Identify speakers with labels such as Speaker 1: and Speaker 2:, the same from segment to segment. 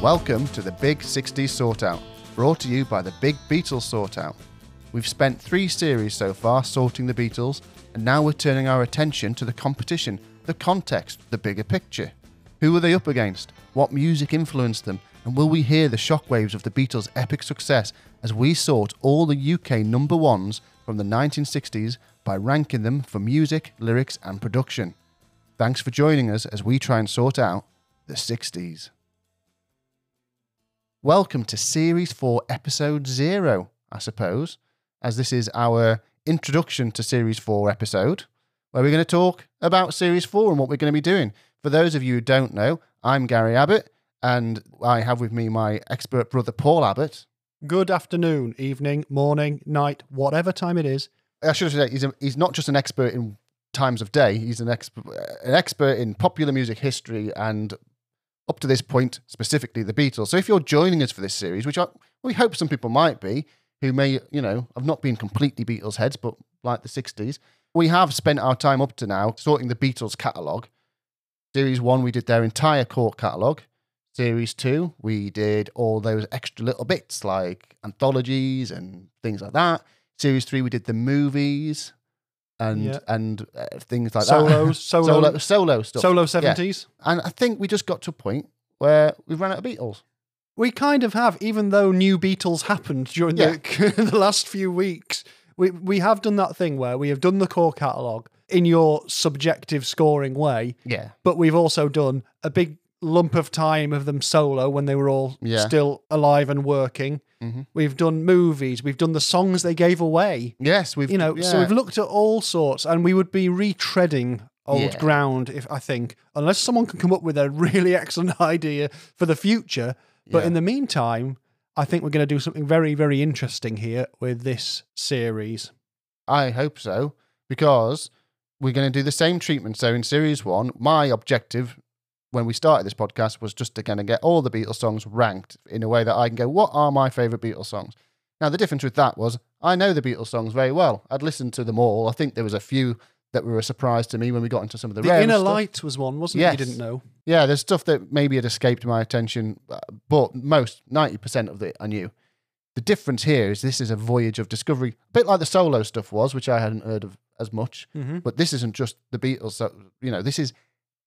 Speaker 1: Welcome to the Big 60 Sort Out, brought to you by the Big Beatles Sort Out. We've spent three series so far sorting the Beatles, and now we're turning our attention to the competition, the context, the bigger picture. Who were they up against? What music influenced them? And will we hear the shockwaves of the Beatles' epic success as we sort all the UK number ones from the 1960s by ranking them for music, lyrics, and production? Thanks for joining us as we try and sort out the 60s. Welcome to Series 4, Episode 0, I suppose, as this is our introduction to Series 4 episode, where we're going to talk about Series 4 and what we're going to be doing. For those of you who don't know, I'm Gary Abbott, and I have with me my expert brother Paul Abbott.
Speaker 2: Good afternoon, evening, morning, night, whatever time it is.
Speaker 1: I should have said he's, a, he's not just an expert in times of day, he's an, exp- an expert in popular music history and up to this point, specifically the Beatles. So if you're joining us for this series, which I, we hope some people might be, who may, you know, have not been completely Beatles heads, but like the 60s, we have spent our time up to now sorting the Beatles catalogue. Series one, we did their entire court catalogue. Series two, we did all those extra little bits like anthologies and things like that. Series three, we did the movies and
Speaker 2: Yeah.
Speaker 1: and uh, things like that.
Speaker 2: Solos, solo-
Speaker 1: solo, solo stuff.
Speaker 2: Solo
Speaker 1: Yeah.
Speaker 2: 70s.
Speaker 1: And I think we just got to a point where we ran out of Beatles.
Speaker 2: We kind of have, even though new Beatles happened during the, the last few weeks, we, we have done that thing where we have done the core catalogue in your subjective scoring way,
Speaker 1: Yeah.
Speaker 2: but we've also done a big lump of time of them solo when they were all
Speaker 1: Yeah.
Speaker 2: still alive and working.
Speaker 1: Mhm.
Speaker 2: We've done movies, we've done the songs they gave away.
Speaker 1: Yes, we've
Speaker 2: you know so
Speaker 1: yeah.
Speaker 2: we've looked at all sorts and we would be retreading old
Speaker 1: Yeah.
Speaker 2: ground if i think unless someone can come up with a really excellent idea for the future but
Speaker 1: Yeah.
Speaker 2: in the meantime i think we're going to do something very very interesting here with this series
Speaker 1: I hope so because we're going to do the same treatment. So in series one, my objective when we started this podcast was just to kind of get all the Beatles songs ranked in a way that I can go, what are my favorite Beatles songs? Now the difference with that was I know the Beatles songs very well. I'd listened to them all. I think there was a few that were a surprise to me when we got into some of the,
Speaker 2: the
Speaker 1: rare
Speaker 2: inner
Speaker 1: stuff.
Speaker 2: light was one wasn't it
Speaker 1: Yes.
Speaker 2: you didn't know
Speaker 1: Yeah, there's stuff that maybe had escaped my attention, uh, but most, 90% of it I knew. The difference here is this is a voyage of discovery, a bit like the solo stuff was, which I hadn't heard of as much.
Speaker 2: Mhm.
Speaker 1: But this isn't just the Beatles. So, you know, this is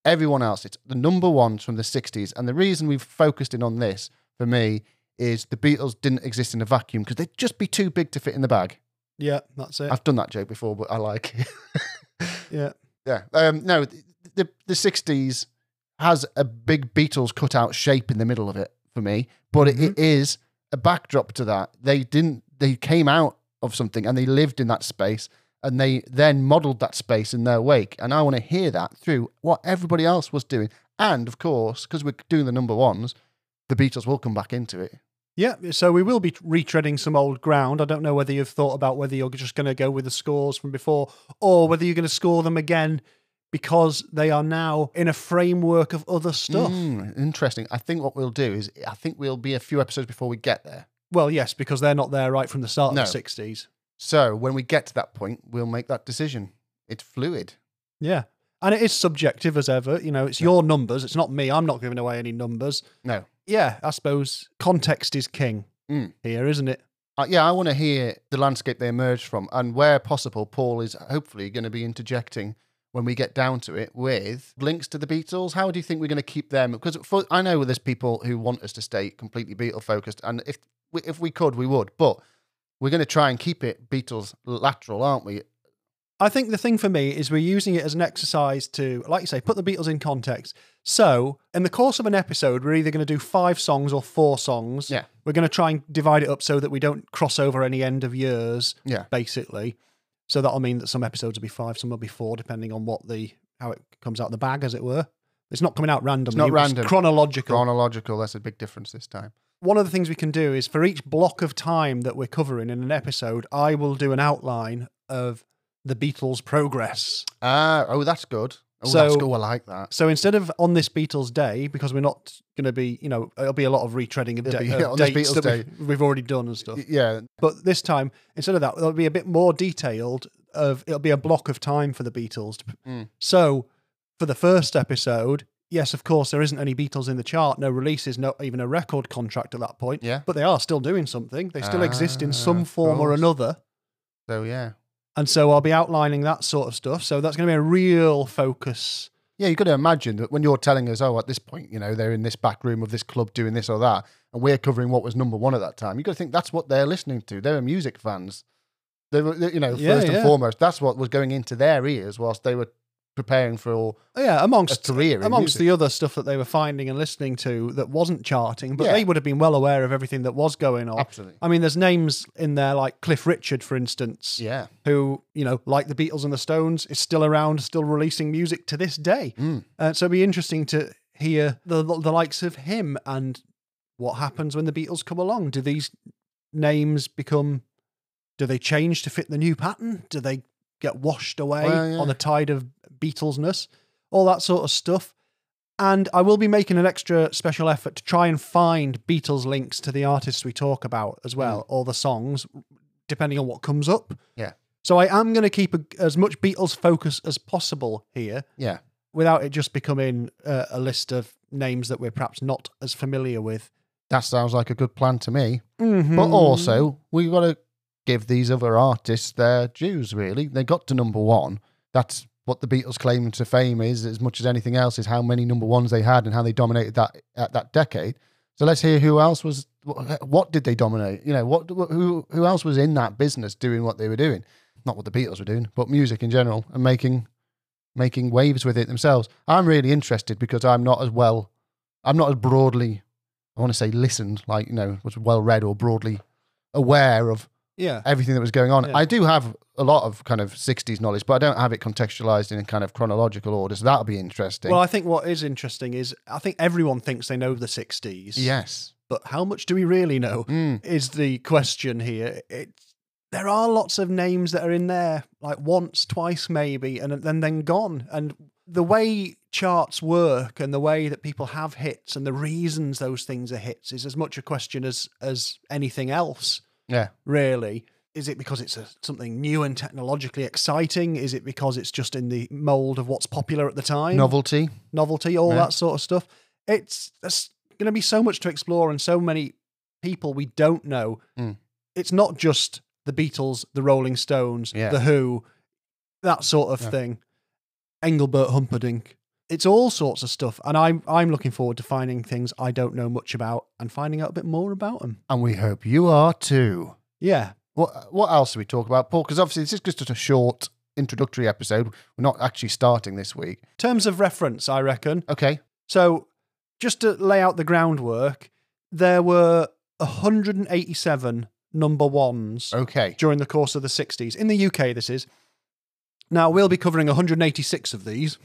Speaker 1: everyone else. It's the number ones from the 60s. And the reason we've focused in on this for me is the Beatles didn't exist in a vacuum because they'd just be too big to fit in the bag.
Speaker 2: yeah that's it
Speaker 1: I've done that joke before, but I like it.
Speaker 2: yeah
Speaker 1: Yeah. Um, no, th- the the sixties has a big Beatles cutout shape in the middle of it for me, but it, it is a backdrop to that. They didn't. They came out of something and they lived in that space, and they then modelled that space in their wake. And I want to hear that through what everybody else was doing, and of course, because we're doing the number ones, the Beatles will come back into it.
Speaker 2: yeah so we will be retreading some old ground i don't know whether you've thought about whether you're just going to go with the scores from before or whether you're going to score them again because they are now in a framework of other stuff
Speaker 1: Mm, interesting. I think what we'll do is I think we'll be a few episodes before we get there.
Speaker 2: Well, yes, because they're not there right from the start
Speaker 1: No.
Speaker 2: of the 60s.
Speaker 1: So when we get to that point, we'll make that decision. It's fluid.
Speaker 2: Yeah. And it is subjective as ever. You know, it's your numbers. It's not me. I'm not giving away any numbers.
Speaker 1: No.
Speaker 2: Yeah, I suppose context is king
Speaker 1: Mm.
Speaker 2: here, isn't it?
Speaker 1: Uh, yeah, I want to hear the landscape they emerged from, and where possible, Paul is hopefully going to be interjecting when we get down to it with links to the Beatles. How do you think we're going to keep them? Because for, I know there's people who want us to stay completely Beatle focused, and if we, if we could, we would. But we're going to try and keep it Beatles lateral, aren't we?
Speaker 2: I think the thing for me is we're using it as an exercise to, like you say, put the Beatles in context. So, in the course of an episode, we're either going to do five songs or four songs.
Speaker 1: Yeah.
Speaker 2: We're going to try and divide it up so that we don't cross over any end of years.
Speaker 1: Yeah.
Speaker 2: Basically. So that'll mean that some episodes will be five, some will be four, depending on what the how it comes out of the bag, as it were. It's not coming out randomly.
Speaker 1: not random.
Speaker 2: chronological.
Speaker 1: Chronological. That's a big difference this time.
Speaker 2: One of the things we can do is for each block of time that we're covering in an episode, I will do an outline of the Beatles' progress.
Speaker 1: Ah, oh, that's good. Oh,
Speaker 2: So-
Speaker 1: that's good. I like that.
Speaker 2: So instead of on this Beatles day, because we're not going to be, you know, it'll be a lot of retreading of,
Speaker 1: It'll
Speaker 2: da-
Speaker 1: be,
Speaker 2: of
Speaker 1: yeah, on this
Speaker 2: dates
Speaker 1: Beatles
Speaker 2: that We've, we've already done and stuff.
Speaker 1: Y- Yeah,
Speaker 2: But this time, instead of that, there'll be a bit more detailed. Of it'll be a block of time for the Beatles. to-
Speaker 1: Mm.
Speaker 2: So for the first episode, yes, of course, there isn't any Beatles in the chart, no releases, not even a record contract at that point.
Speaker 1: Yeah.
Speaker 2: But they are still doing something. They still exist in
Speaker 1: Ah,
Speaker 2: some
Speaker 1: of
Speaker 2: form or
Speaker 1: course.
Speaker 2: another.
Speaker 1: So yeah,
Speaker 2: And so I'll be outlining that sort of stuff. So that's going to be a real focus.
Speaker 1: yeah. You've got to imagine that when you're telling us, oh, at this point, you know, they're in this back room of this club doing this or that, and we're covering what was number one at that time. You've got to think that's what they're listening to. They're music fans. They were, they- you know,
Speaker 2: Yeah,
Speaker 1: first and
Speaker 2: yeah.
Speaker 1: foremost, that's what was going into their ears whilst they were preparing for
Speaker 2: Yeah,
Speaker 1: a
Speaker 2: amongst
Speaker 1: career in
Speaker 2: amongst
Speaker 1: music.
Speaker 2: the other stuff that they were finding and listening to that wasn't charting, but
Speaker 1: Yeah.
Speaker 2: they would have been well aware of everything that was going on.
Speaker 1: Absolutely.
Speaker 2: I mean, there's names in there like Cliff Richard, for instance,
Speaker 1: Yeah.
Speaker 2: who, you know, like the Beatles and the Stones, is still around, still releasing music to this day.
Speaker 1: Mm.
Speaker 2: Uh, so it'd be interesting to hear the, the likes of him and what happens when the Beatles come along. Do these names become, do they change to fit the new pattern? Do they get washed away
Speaker 1: Well, yeah.
Speaker 2: on the tide of Beatlesness? All that sort of stuff. And I will be making an extra special effort to try and find Beatles links to the artists we talk about as well, or the songs, depending on what comes up.
Speaker 1: Yeah.
Speaker 2: So I am going to keep a, as much Beatles focus as possible here
Speaker 1: Yeah.
Speaker 2: without it just becoming uh, a list of names that we're perhaps not as familiar with.
Speaker 1: That sounds like a good plan to me.
Speaker 2: Mm-hmm.
Speaker 1: But also, we've got to give these other artists their dues, really. They got to number one. That's what the Beatles' claim to fame is, as much as anything else, is how many number ones they had and how they dominated that at that decade. So let's hear who else was. wh- What did they dominate? You know, what who who else was in that business doing what they were doing? Not what the Beatles were doing, but music in general and making making waves with it themselves. I'm really interested because I'm not as well, I'm not as broadly I want to say listened, like, you know, was well read or broadly aware of
Speaker 2: yeah,
Speaker 1: everything that was going on.
Speaker 2: Yeah.
Speaker 1: I do have a lot of kind of 60s knowledge, but I don't have it contextualized in a kind of chronological order. So that'll be interesting.
Speaker 2: well, I think what is interesting is I think everyone thinks they know the 60s.
Speaker 1: yes.
Speaker 2: But how much do we really know
Speaker 1: Mm.
Speaker 2: is the question here. It's, there are lots of names that are in there, like once, twice, maybe, and then then gone. And the way charts work and the way that people have hits and the reasons those things are hits is as much a question as as anything else
Speaker 1: Yeah.
Speaker 2: really. Is it because it's a, something new and technologically exciting? Is it because it's just in the mold of what's popular at the time?
Speaker 1: Novelty.
Speaker 2: Novelty, all
Speaker 1: Yeah.
Speaker 2: that sort of stuff. It's there's going to be so much to explore and so many people we don't know.
Speaker 1: Mm.
Speaker 2: It's not just the Beatles, the Rolling Stones,
Speaker 1: Yeah.
Speaker 2: the Who, that sort of
Speaker 1: Yeah.
Speaker 2: thing. Engelbert Humperdinck. It's all sorts of stuff, and I'm I'm looking forward to finding things I don't know much about and finding out a bit more about them.
Speaker 1: And we hope you are too.
Speaker 2: Yeah,
Speaker 1: What, what else do we talk about, Paul? Because obviously, this is just a short introductory episode. We're not actually starting this week.
Speaker 2: terms of reference, I reckon.
Speaker 1: Okay.
Speaker 2: So, just to lay out the groundwork, there were 187 number ones
Speaker 1: Okay.
Speaker 2: during the course of the 60s. In the UK, this is. Now, we'll be covering 186 of these.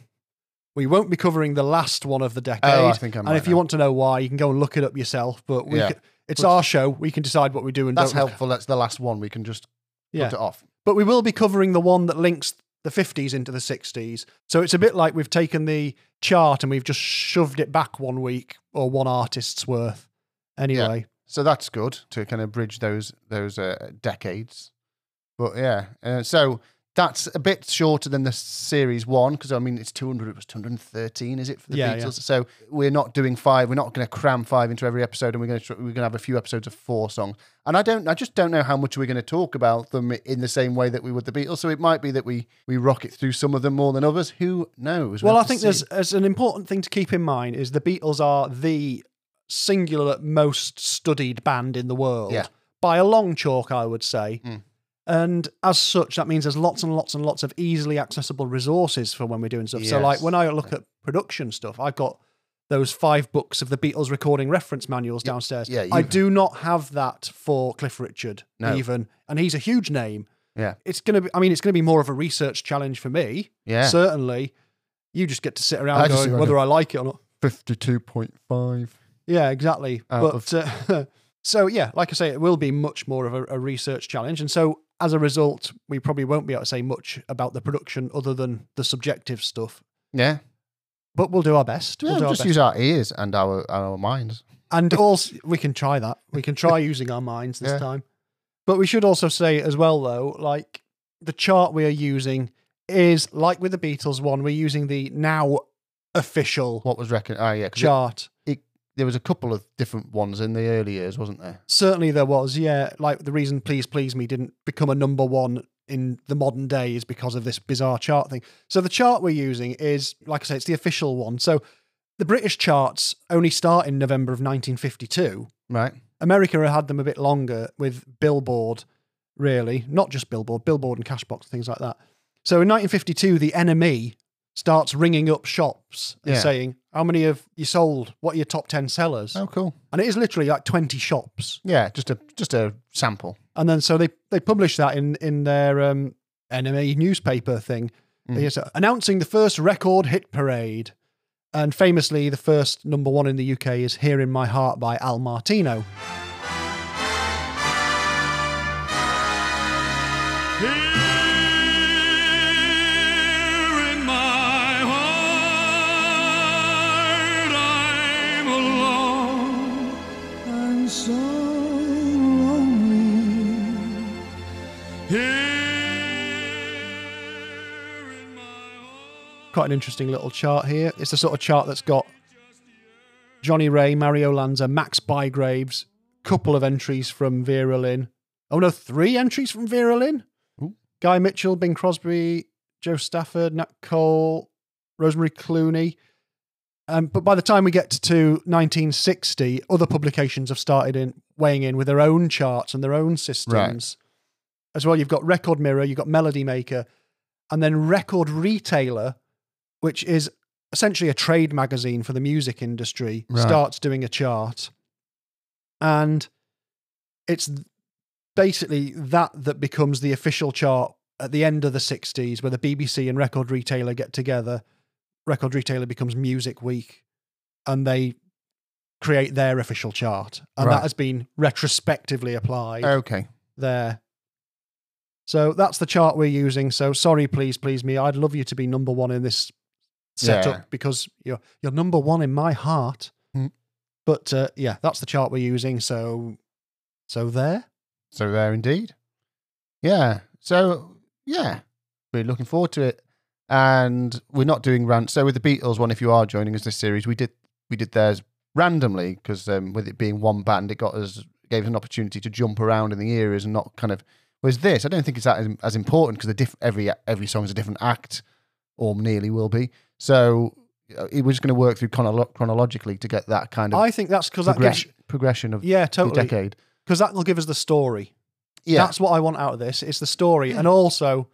Speaker 2: We won't be covering the last one of the decade.
Speaker 1: Oh, I think I
Speaker 2: and
Speaker 1: might
Speaker 2: if you
Speaker 1: know.
Speaker 2: want to know why, you can go and look it up yourself. But we
Speaker 1: Yeah.
Speaker 2: c- it's
Speaker 1: Which-
Speaker 2: our show. We can decide what we do and
Speaker 1: That's
Speaker 2: don't.
Speaker 1: helpful. That's the last one. We can just
Speaker 2: Yeah.
Speaker 1: cut it off.
Speaker 2: But we will be covering the one that links the 50s into the 60s. So it's a bit like we've taken the chart and we've just shoved it back one week or one artist's worth. Anyway,
Speaker 1: so that's good to kind of bridge those those uh, decades. But yeah, uh, so that's a bit shorter than the series one because I mean it's two hundred. It was two hundred and thirteen, is it for the
Speaker 2: Yeah,
Speaker 1: Beatles?
Speaker 2: yeah.
Speaker 1: So we're not doing five. We're not going to cram five into every episode, and we're going to tr- we're going to have a few episodes of four songs. And I don't, I just don't know how much we're going to talk about them in the same way that we would the Beatles. So it might be that we we rocket through some of them more than others. Who knows?
Speaker 2: well, I
Speaker 1: have to
Speaker 2: think
Speaker 1: see.
Speaker 2: there's, there's an important thing to keep in mind is the Beatles are the singular most studied band in the world
Speaker 1: Yeah.
Speaker 2: by a long chalk, I would say.
Speaker 1: Mm.
Speaker 2: And as such, that means there's lots and lots and lots of easily accessible resources for when we're doing stuff. So, like
Speaker 1: Yes.
Speaker 2: when I look at production stuff, I've got those five books of the Beatles recording reference manuals downstairs.
Speaker 1: yeah,
Speaker 2: I
Speaker 1: you've-
Speaker 2: do not have that for Cliff Richard,
Speaker 1: No.
Speaker 2: even. And he's a huge name.
Speaker 1: Yeah.
Speaker 2: It's going to be, I mean, it's going to be more of a research challenge for me,
Speaker 1: yeah
Speaker 2: certainly. You just get to sit
Speaker 1: I
Speaker 2: around
Speaker 1: just
Speaker 2: going,
Speaker 1: remember-
Speaker 2: whether I like it or not.
Speaker 1: fifty two point five.
Speaker 2: Yeah, exactly.
Speaker 1: Out
Speaker 2: but uh, so yeah, like I say, it will be much more of a, a research challenge, and so as a result, we probably won't be able to say much about the production other than the subjective stuff.
Speaker 1: Yeah,
Speaker 2: But we'll do our best.
Speaker 1: yeah
Speaker 2: we'll do
Speaker 1: we'll
Speaker 2: our
Speaker 1: just
Speaker 2: best.
Speaker 1: use our ears and our our minds.
Speaker 2: and also we can try that. We can try using our minds this
Speaker 1: Yeah.
Speaker 2: time. But we should also say as well, though, like the chart we are using is like with the Beatles one, we're using the now official
Speaker 1: What was reckon? Ah, yeah, 'cause it-
Speaker 2: chart.
Speaker 1: there was a couple of different ones in the early years, wasn't there?
Speaker 2: Certainly there was, yeah. Like the reason Please Please Me didn't become a number one in the modern day is because of this bizarre chart thing. So the chart we're using is, like I say, it's the official one. So the British charts only start in November of 1952.
Speaker 1: Right.
Speaker 2: America had them a bit longer with Billboard, really, not just Billboard, Billboard and Cashbox, things like that. So in 1952, the enemy starts ringing up shops and
Speaker 1: Yeah.
Speaker 2: saying, How many have you sold? What are your top 10 sellers?
Speaker 1: Oh, cool.
Speaker 2: And it is literally like 20 shops.
Speaker 1: Yeah, just a just a sample.
Speaker 2: And then so they they published that in in their um, NME newspaper thing, They just, uh, announcing the first record hit parade. And famously, the first number one in the UK is "Here in My Heart" by Al Martino.
Speaker 3: Here in my heart I'm alone. I'm so lonely. Here in my heart.
Speaker 2: Quite an interesting little chart here. It's the sort of chart that's got Johnny Ray, Mario Lanza, Max Bygraves, couple of entries from Vera Lynn. Oh no, three entries from Vera Lynn.
Speaker 1: Ooh.
Speaker 2: Guy Mitchell, Bing Crosby, Joe Stafford, Nat Cole, Rosemary Clooney. Um, but by the time we get to 1960, other publications have started in weighing in with their own charts and their own systems. As well, you've got Record Mirror, you've got Melody Maker, and then Record Retailer, which is essentially a trade magazine for the music industry,
Speaker 1: Right.
Speaker 2: starts doing a chart. And it's basically that that becomes the official chart at the end of the 60s where the BBC and record retailer get together record retailer becomes music week and they create their official chart and
Speaker 1: Right.
Speaker 2: that has been retrospectively applied
Speaker 1: Okay.
Speaker 2: there so that's the chart we're using so sorry please please me i'd love you to be number 1 in this setup
Speaker 1: Yeah.
Speaker 2: because you're you're number 1 in my heart
Speaker 1: Mm.
Speaker 2: but uh, yeah that's the chart we're using so so there
Speaker 1: So there indeed. Yeah. So yeah. We're looking forward to it. And we're not doing rant. So with the Beatles one, if you are joining us this series, we did we did theirs randomly because um, with it being one band, it got us gave us an opportunity to jump around in the eras and not kind of. Whereas this, I don't think it's that as, as important because diff- every every song's a different act, or nearly will be. So uh, it- we're just going to work through chronolo- chronologically to get that kind of
Speaker 2: i think that's cuz that gives
Speaker 1: progression, progression of
Speaker 2: yeah
Speaker 1: the
Speaker 2: totally
Speaker 1: decade.
Speaker 2: because that will give us the story.
Speaker 1: Yeah,
Speaker 2: That's what I want out of this. It's the story, and also,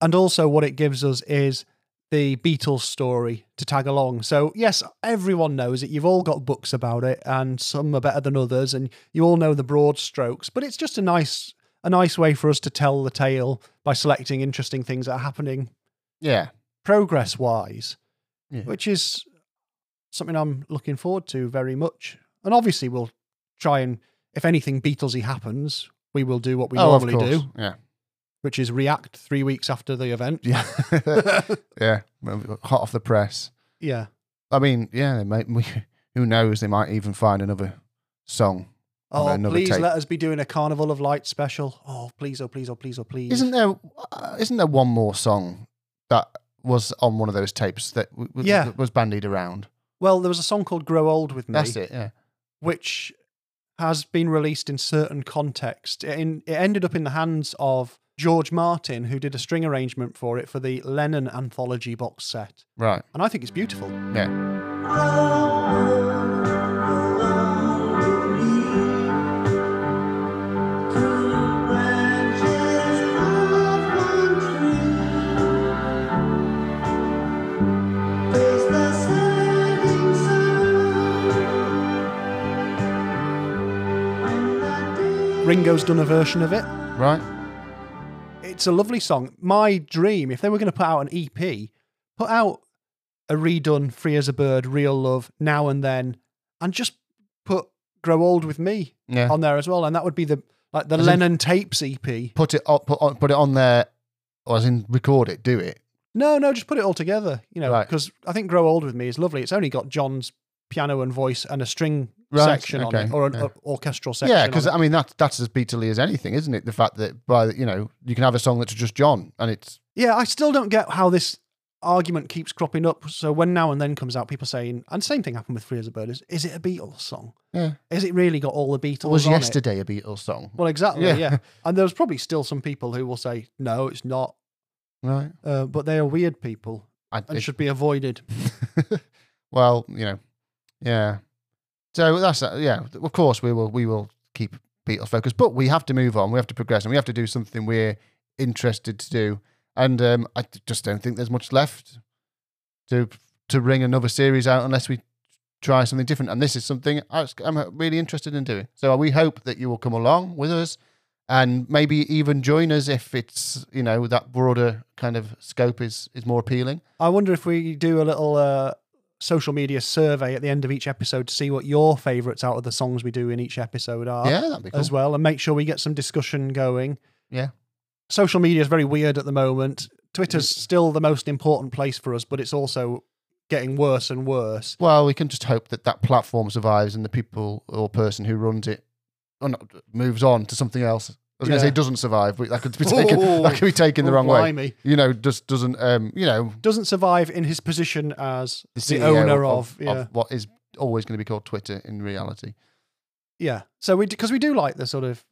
Speaker 2: and also, what it gives us is the Beatles story to tag along. So yes, everyone knows it. You've all got books about it, and some are better than others, and you all know the broad strokes. But it's just a nice, a nice way for us to tell the tale by selecting interesting things that are happening
Speaker 1: yeah.
Speaker 2: progress wise,
Speaker 1: Yeah.
Speaker 2: which is something I'm looking forward to very much. And obviously, we'll try and, if anything Beatlesy happens, we will do what we
Speaker 1: Oh, of
Speaker 2: normally
Speaker 1: course.
Speaker 2: do,
Speaker 1: Yeah.
Speaker 2: which is react three weeks after the event.
Speaker 1: Yeah. yeah. Well, Hot off the press.
Speaker 2: Yeah.
Speaker 1: I mean, yeah, they might, we, who knows? They might even find another song.
Speaker 2: Oh,
Speaker 1: Another
Speaker 2: please
Speaker 1: take.
Speaker 2: let us be doing a Carnival of Light special. Oh, please, oh, please, oh, please, oh, please.
Speaker 1: Isn't there, uh, isn't there one more song that was on one of those tapes that w- w-
Speaker 2: Yeah.
Speaker 1: that was bandied around?
Speaker 2: well, there was a song called Grow Old With Me.
Speaker 1: That's it, yeah.
Speaker 2: which has been released in certain context. In, it ended up in the hands of George Martin, who did a string arrangement for it for the Lennon anthology box set.
Speaker 1: Right.
Speaker 2: And I think it's beautiful.
Speaker 1: Yeah.
Speaker 2: Ringo's done a version of it.
Speaker 1: Right.
Speaker 2: It's a lovely song. My dream, if they were going to put out an EP, put out a redone Free as a Bird, Real Love, Now and Then, and just put Grow Old with Me
Speaker 1: Yeah.
Speaker 2: on there as well. And that would be the like the
Speaker 1: As in-
Speaker 2: Lennon tapes E EP.
Speaker 1: put it up, put, on, put it on there, or as in record it, do it.
Speaker 2: No, no, just put it all together, you know,
Speaker 1: Right.
Speaker 2: because I think Grow Old With Me is lovely. It's only got John's piano and voice and a string
Speaker 1: Right,
Speaker 2: section
Speaker 1: okay,
Speaker 2: on it, or an
Speaker 1: yeah.
Speaker 2: or- orchestral section.
Speaker 1: Yeah, because
Speaker 2: on
Speaker 1: I mean that that's as beatly as anything, isn't it? The fact that by the- you know you can have a song that's just John and it's
Speaker 2: it. yeah, I still don't get how this. argument keeps cropping up. So when Now and Then comes out, people saying, and same thing happened with Free as a Bird, is, is it a Beatles song?
Speaker 1: Yeah.
Speaker 2: Is it really got all the Beatles
Speaker 1: It was
Speaker 2: on it?
Speaker 1: yesterday a Beatles song,
Speaker 2: Well, exactly,
Speaker 1: Yeah.
Speaker 2: yeah. And there's probably still some people who will say, no, it's not.
Speaker 1: right?
Speaker 2: Uh, but they are weird people
Speaker 1: I,
Speaker 2: and
Speaker 1: it-
Speaker 2: should be avoided.
Speaker 1: well, you know, yeah. So that's uh, yeah. Of course, we will we will keep Beatles focused, but we have to move on. We have to progress, and we have to do something we're interested to do. And um, I d- just don't think there's much left to to ring another series out unless we try something different. And this is something I was- I'm uh, really interested in doing. So we hope that you will come along with us. And maybe even join us if it's you know that broader kind of scope is is more appealing.
Speaker 2: I wonder if we do a little uh, social media survey at the end of each episode to see what your favourites out of the songs we do in each episode are
Speaker 1: yeah, that'd be cool.
Speaker 2: Uh, as well, and make sure we get some discussion going.
Speaker 1: Yeah.
Speaker 2: Social media is very weird at the moment. Twitter's
Speaker 1: Mm.
Speaker 2: still the most important place for us, but it's also getting worse and worse.
Speaker 1: Well, we can just hope that that platform survives and the people or person who runs it or not, moves on to something else. I was going to
Speaker 2: Yeah.
Speaker 1: say doesn't survive, but that could be taken that could be taken the
Speaker 2: Oh,
Speaker 1: wrong way.
Speaker 2: blimey.
Speaker 1: You know, just doesn't. Um, you know,
Speaker 2: Doesn't survive in his position as the,
Speaker 1: CEO
Speaker 2: owner of, yeah.
Speaker 1: what is always going to be called Twitter in reality.
Speaker 2: Yeah. So we because we do like the sort of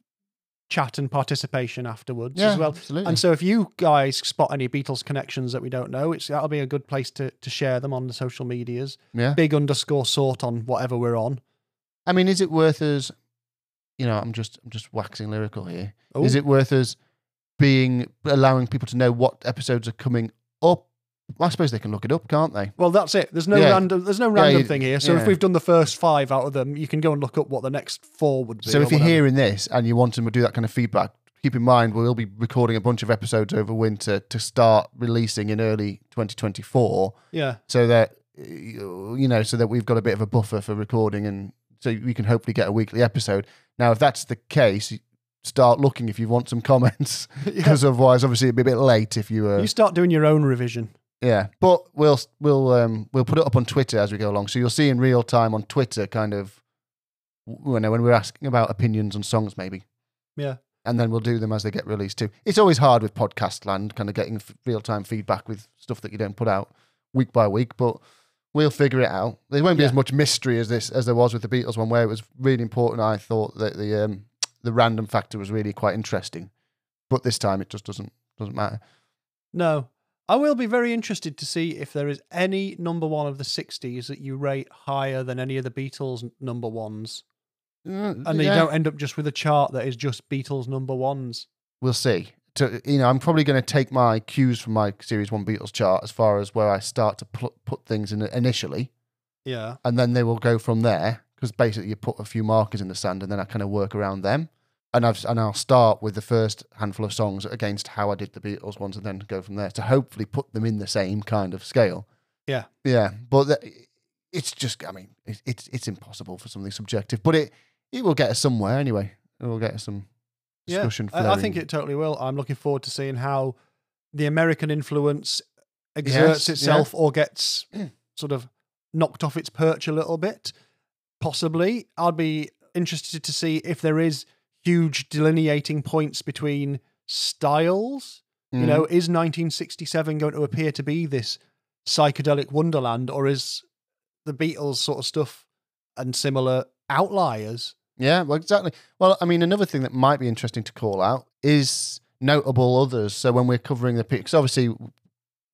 Speaker 2: chat and participation afterwards
Speaker 1: Yeah,
Speaker 2: as well.
Speaker 1: absolutely.
Speaker 2: And so if you guys spot any Beatles connections that we don't know, it's that'll be a good place to to share them on the social medias.
Speaker 1: yeah,
Speaker 2: Big underscore sort on whatever we're on.
Speaker 1: I mean, is it worth us? You know, I'm just I'm just waxing lyrical here. Is
Speaker 2: Oh.
Speaker 1: it worth us being allowing people to know what episodes are coming up? I suppose they can look it up, can't they?
Speaker 2: Well, that's it. There's no
Speaker 1: Yeah.
Speaker 2: random. There's no random
Speaker 1: you-
Speaker 2: thing here. So
Speaker 1: yeah.
Speaker 2: if we've done the first five out of them, you can go and look up what the next four would be.
Speaker 1: So
Speaker 2: or
Speaker 1: if you're
Speaker 2: whatever.
Speaker 1: hearing this and you want to do that kind of feedback, keep in mind we'll be recording a bunch of episodes over winter to start releasing in early 2024,
Speaker 2: yeah,
Speaker 1: so that you know, so that we've got a bit of a buffer for recording, and so we can hopefully get a weekly episode. Now, if that's the case, start looking if you want some comments, because otherwise, obviously, it'd be a bit late if you were.
Speaker 2: you start doing your own revision.
Speaker 1: Yeah, but we'll we'll um, we'll put it up on Twitter as we go along, so you'll see in real time on Twitter, kind of, you know, when we're asking about opinions on songs, maybe,
Speaker 2: Yeah.
Speaker 1: and then we'll do them as they get released too. It's always hard with podcast land, kind of getting f- real time feedback with stuff that you don't put out week by week, but we'll figure it out. There won't be as much mystery as this as there was with the Beatles one, where it was really important. I thought that the um, the random factor was really quite interesting, but this time it just doesn't doesn't matter.
Speaker 2: No, I will be very interested to see if there is any number one of the '60s that you rate higher than any of the Beatles n- number ones,
Speaker 1: And
Speaker 2: and that you don't end up just with a chart that is just Beatles number ones.
Speaker 1: we'll see. To, you know, I'm probably going to take my cues from my Series One Beatles chart as far as where I start to pl- put things in initially,
Speaker 2: Yeah.
Speaker 1: and then they will go from there. Because basically, you put a few markers in the sand, and then I kind of work around them. And I've and I'll start with the first handful of songs against how I did the Beatles ones, and then go from there to hopefully put them in the same kind of scale.
Speaker 2: Yeah.
Speaker 1: yeah. But the, it's just, I mean, it, it's it's impossible for something subjective, but it it will get us somewhere anyway. It will get us some discussion.
Speaker 2: I, I think
Speaker 1: flowing.
Speaker 2: it totally will. I'm looking forward to seeing how the American influence
Speaker 1: Yes,
Speaker 2: exerts
Speaker 1: yeah.
Speaker 2: itself or gets sort of knocked off its perch a little bit. Possibly, I'd be interested to see if there is huge delineating points between styles. You
Speaker 1: Mhm.
Speaker 2: know, is 1967 going to appear to be this psychedelic wonderland, or is the Beatles sort of stuff and similar outliers?
Speaker 1: Yeah, well, exactly. Well, I mean, another thing that might be interesting to call out is notable others. So when we're covering the picks, obviously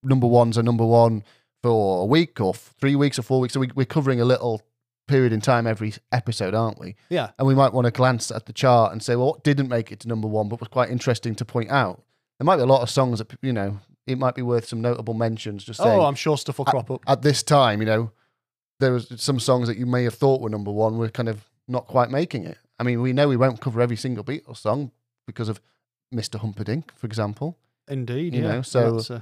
Speaker 1: number ones are number one for a week or f- three weeks or four weeks. So we, we're covering a little period in time every episode, aren't we?
Speaker 2: Yeah.
Speaker 1: And we might want to glance at the chart and say, well, what didn't make it to number one, but was quite interesting to point out. There might be a lot of songs that, you know, it might be worth some notable mentions. Just saying,
Speaker 2: Oh, I'm sure stuff will crop up.
Speaker 1: at this time, you know, there was some songs that you may have thought were number one were kind of not quite making it. I mean, we know we won't cover every single Beatles song because of Mr. Humperdinck, for example.
Speaker 2: Indeed,
Speaker 1: You
Speaker 2: yeah.
Speaker 1: know,
Speaker 2: And
Speaker 1: so-
Speaker 2: that's, uh,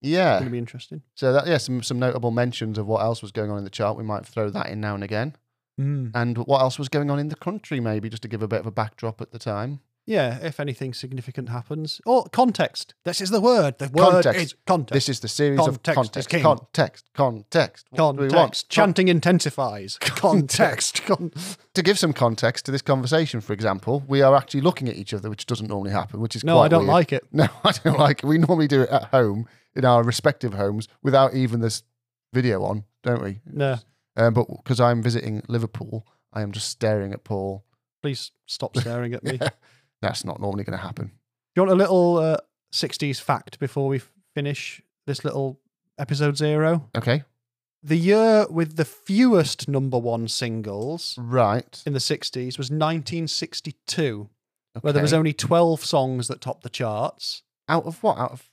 Speaker 2: going
Speaker 1: Yeah.
Speaker 2: to be interesting.
Speaker 1: So that yeah, some some notable mentions of what else was going on in the chart. We might throw that in now and again. And what else was going on in the country, maybe, just to give a bit of a backdrop at the time.
Speaker 2: Yeah, if anything significant happens, or context. This is the word. The word
Speaker 1: Context.
Speaker 2: is context.
Speaker 1: This is the series of
Speaker 2: Context is
Speaker 1: context.
Speaker 2: king.
Speaker 1: Context. Context. What do we want?
Speaker 2: context. Chanting intensifies. Context. Con-
Speaker 1: to give some context to this conversation, for example, we are actually looking at each other, which doesn't normally happen, which is
Speaker 2: no,
Speaker 1: quite
Speaker 2: I don't
Speaker 1: weird.
Speaker 2: like it.
Speaker 1: No, I don't like it. We normally do it at home in our respective homes without even this video on, don't we?
Speaker 2: No,
Speaker 1: Um, but because I'm visiting Liverpool, I am just staring at Paul.
Speaker 2: please stop staring at me. Do
Speaker 1: That's not normally going to happen.
Speaker 2: you want a little uh, 60s fact before we finish this little episode zero?
Speaker 1: Okay.
Speaker 2: The year with the fewest number one singles
Speaker 1: Right.
Speaker 2: in the 60s was 1962, where
Speaker 1: Okay.
Speaker 2: there was only 12 songs that topped the charts.
Speaker 1: out of what? Out of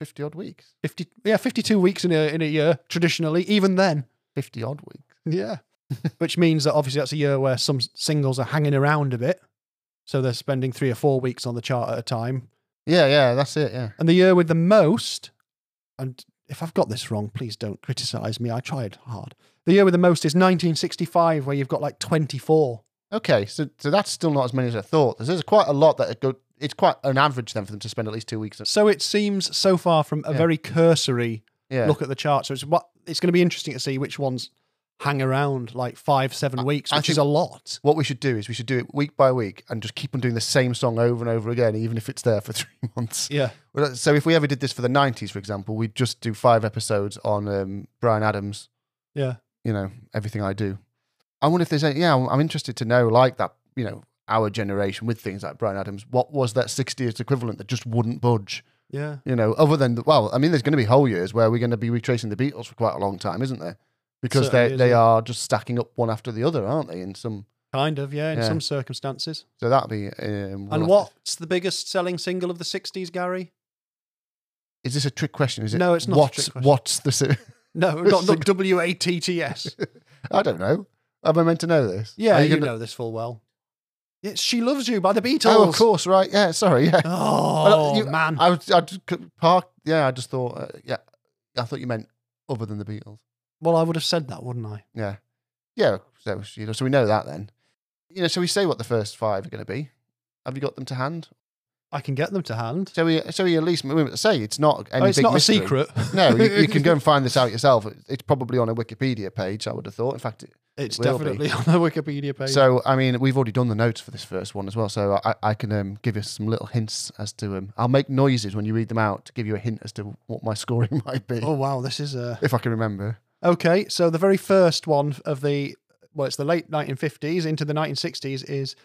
Speaker 1: 50 odd weeks?
Speaker 2: 50, yeah, 52 weeks in a, in a year, traditionally, even then.
Speaker 1: 50 odd weeks.
Speaker 2: Yeah. Which means that obviously that's a year where some s- singles are hanging around a bit. So they're spending three or four weeks on the chart at a time.
Speaker 1: Yeah, yeah, that's it. Yeah.
Speaker 2: And the year with the most, and if I've got this wrong, please don't criticize me. I tried hard. The year with the most is 1965, where you've got like 24.
Speaker 1: Okay. So, so that's still not as many as I thought. There's quite a lot that go. It's quite an average then for them to spend at least two weeks.
Speaker 2: So it seems so far from a
Speaker 1: Yeah.
Speaker 2: very cursory
Speaker 1: Yeah.
Speaker 2: look at the chart. So it's what it's going to be interesting to see which ones hang around like five, seven weeks,
Speaker 1: I
Speaker 2: which is
Speaker 1: think-
Speaker 2: a lot.
Speaker 1: What we should do is we should do it week by week and just keep on doing the same song over and over again, even if it's there for three months.
Speaker 2: Yeah.
Speaker 1: Well, that- So if we ever did this for the 90s, for example, we'd just do five episodes on um, Brian Adams,
Speaker 2: Yeah.
Speaker 1: you know, everything I do. I wonder if there's any, yeah, I'm, I'm interested to know, like that, you know, our generation with things like Brian Adams, what was that 60th equivalent that just wouldn't budge,
Speaker 2: Yeah.
Speaker 1: you know, other than, the, well, I mean, there's going to be whole years where we're going to be retracing the Beatles for quite a long time, isn't there? Because
Speaker 2: Certainly
Speaker 1: they,
Speaker 2: is,
Speaker 1: they
Speaker 2: yeah.
Speaker 1: are just stacking up one after the other, aren't they? In some,
Speaker 2: Kind of, yeah, in
Speaker 1: Yeah.
Speaker 2: some circumstances.
Speaker 1: so that'd be. Um, we'll have
Speaker 2: and
Speaker 1: to-
Speaker 2: what's the biggest selling single of the 60s, Gary?
Speaker 1: is this a trick question? Is it?
Speaker 2: No, it's not a
Speaker 1: What's,
Speaker 2: trick question.
Speaker 1: What's the? se-
Speaker 2: No, not
Speaker 1: Sing-
Speaker 2: W A T T S.
Speaker 1: I don't know. Am I meant to know this?
Speaker 2: Yeah,
Speaker 1: Are
Speaker 2: you,
Speaker 1: gonna-
Speaker 2: know this full well. It's She Loves You by the Beatles.
Speaker 1: Oh, of course, right. Yeah, sorry. Yeah.
Speaker 2: Oh,
Speaker 1: Well, you-
Speaker 2: man.
Speaker 1: I was, I just parked. Yeah, I just thought. Uh, yeah, I thought you meant other than the Beatles.
Speaker 2: well, I would have said that, wouldn't I?
Speaker 1: Yeah, yeah. So you know, so we know that then. You know, so we say what the first five are going to be. Have you got them to hand?
Speaker 2: I can get them to hand.
Speaker 1: So we, so we at least we say it's not any
Speaker 2: Oh, it's
Speaker 1: big
Speaker 2: not
Speaker 1: mystery.
Speaker 2: a secret.
Speaker 1: No, you, you can go and find this out yourself. It- It's probably on a Wikipedia page. I would have thought. In fact, it,
Speaker 2: It's
Speaker 1: will be.
Speaker 2: definitely on the Wikipedia page.
Speaker 1: so I mean, we've already done the notes for this first one as well. So I, I can um, give you some little hints as to um, I'll make noises when you read them out to give you a hint as to what my scoring might be,
Speaker 2: oh, wow, this is a.
Speaker 1: if I can remember.
Speaker 2: Okay, so the very first one of the. Well, it's the late 1950s into the 1960s is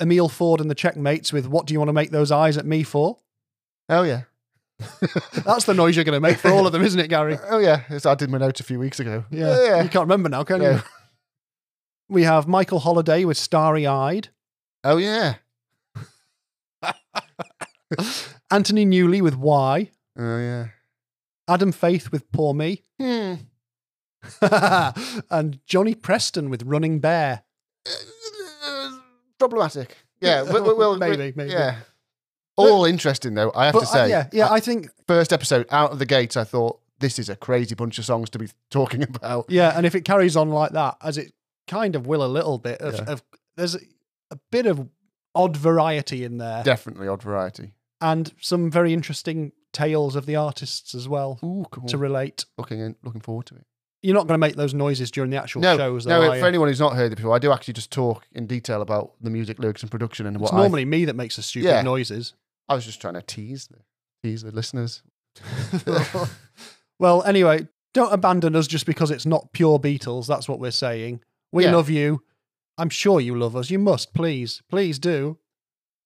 Speaker 2: Emil Ford and the Checkmates with What Do You Want to Make Those Eyes at Me For?
Speaker 1: Oh yeah.
Speaker 2: That's the noise you're going to make for all of them, isn't it, Gary?
Speaker 1: Oh yeah, It's- I did my note a few weeks ago. Oh,
Speaker 2: Yeah. You can't remember now, can
Speaker 1: No.
Speaker 2: you? We have Michael Holiday with Starry Eyed,
Speaker 1: Oh yeah.
Speaker 2: Anthony Newley with Why,
Speaker 1: Oh yeah.
Speaker 2: Adam Faith with Poor Me,
Speaker 1: Hmm.
Speaker 2: and Johnny Preston with Running Bear.
Speaker 1: Problematic. Yeah. we- we- we'll-
Speaker 2: Maybe,
Speaker 1: we-
Speaker 2: maybe.
Speaker 1: Yeah. All interesting though. I have to
Speaker 2: But
Speaker 1: say. Uh,
Speaker 2: I, yeah, yeah, I think
Speaker 1: First episode out of the gate, I thought this is a crazy bunch of songs to be talking about.
Speaker 2: yeah, and if it carries on like that, as it kind of will a little bit of,
Speaker 1: Yeah.
Speaker 2: of there's a, a bit of odd variety in there,
Speaker 1: Definitely odd variety.
Speaker 2: and some very interesting tales of the artists as well
Speaker 1: Ooh, cool.
Speaker 2: to relate.
Speaker 1: looking in, looking forward to it.
Speaker 2: You're not going to make those noises during the actual
Speaker 1: No,
Speaker 2: shows, though.
Speaker 1: no.
Speaker 2: are
Speaker 1: For
Speaker 2: you?
Speaker 1: anyone who's not heard it before, I do actually just talk in detail about the music, lyrics, and production, and what
Speaker 2: It's
Speaker 1: I-
Speaker 2: normally me that makes the stupid
Speaker 1: Yeah.
Speaker 2: noises.
Speaker 1: I, was just trying to tease, the, tease the listeners.
Speaker 2: well, anyway, don't abandon us just because it's not pure Beatles. That's what we're saying. We
Speaker 1: Yeah.
Speaker 2: love you. I'm sure you love us. You must, please, please do.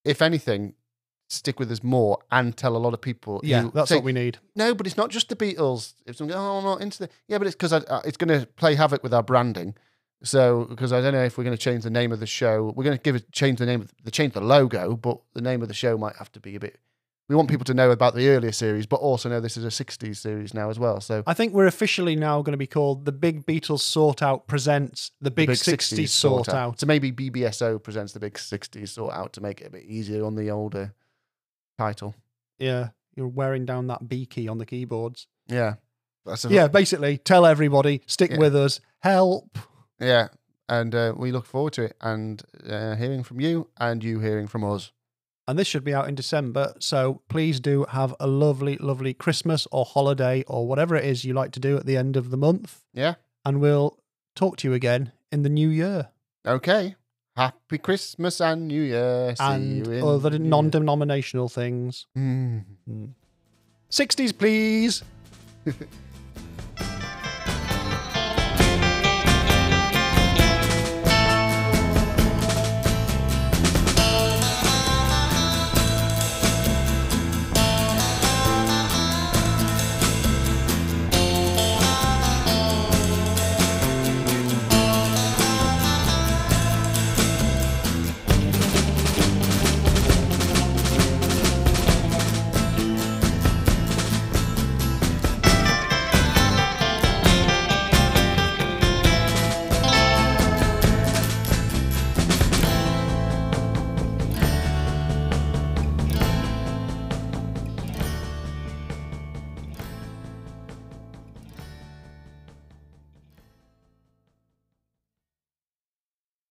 Speaker 1: If anything, stick with us more and tell a lot of people.
Speaker 2: Yeah,
Speaker 1: who
Speaker 2: that's
Speaker 1: say,
Speaker 2: what we need.
Speaker 1: No, but it's not just the Beatles. If someone goes, oh, I'm not into the. Yeah, but it's because uh, it's going to play havoc with our branding. So, because I don't know if we're going to change the name of the show. We're going to give it change the name of the change the logo, but the name of the show might have to be a bit. We want people to know about the earlier series, but also know this is a '60s series now as well. So,
Speaker 2: I think we're officially now going to be called the Big Beatles Sort Out presents the Big, 60s, Sort Out.
Speaker 1: So maybe BBSO presents the Big '60s Sort Out to make it a bit easier on the older title.
Speaker 2: Yeah, you're wearing down that B key on the keyboards.
Speaker 1: Yeah, that's a,
Speaker 2: Yeah, basically, tell everybody, stick
Speaker 1: Uh-huh. Yeah.
Speaker 2: with us, help.
Speaker 1: yeah. And uh, we look forward to it and uh, hearing from you and you hearing from us.
Speaker 2: and this should be out in December. So please do have a lovely, lovely Christmas or holiday or whatever it is you like to do at the end of the month.
Speaker 1: Yeah.
Speaker 2: And we'll talk to you again in the new year
Speaker 1: Okay. Happy Christmas and New Year. Hmm. See
Speaker 2: and
Speaker 1: you in
Speaker 2: other Hmm.
Speaker 1: the new
Speaker 2: non denominational things.
Speaker 1: year. Mm.
Speaker 2: 60s, please.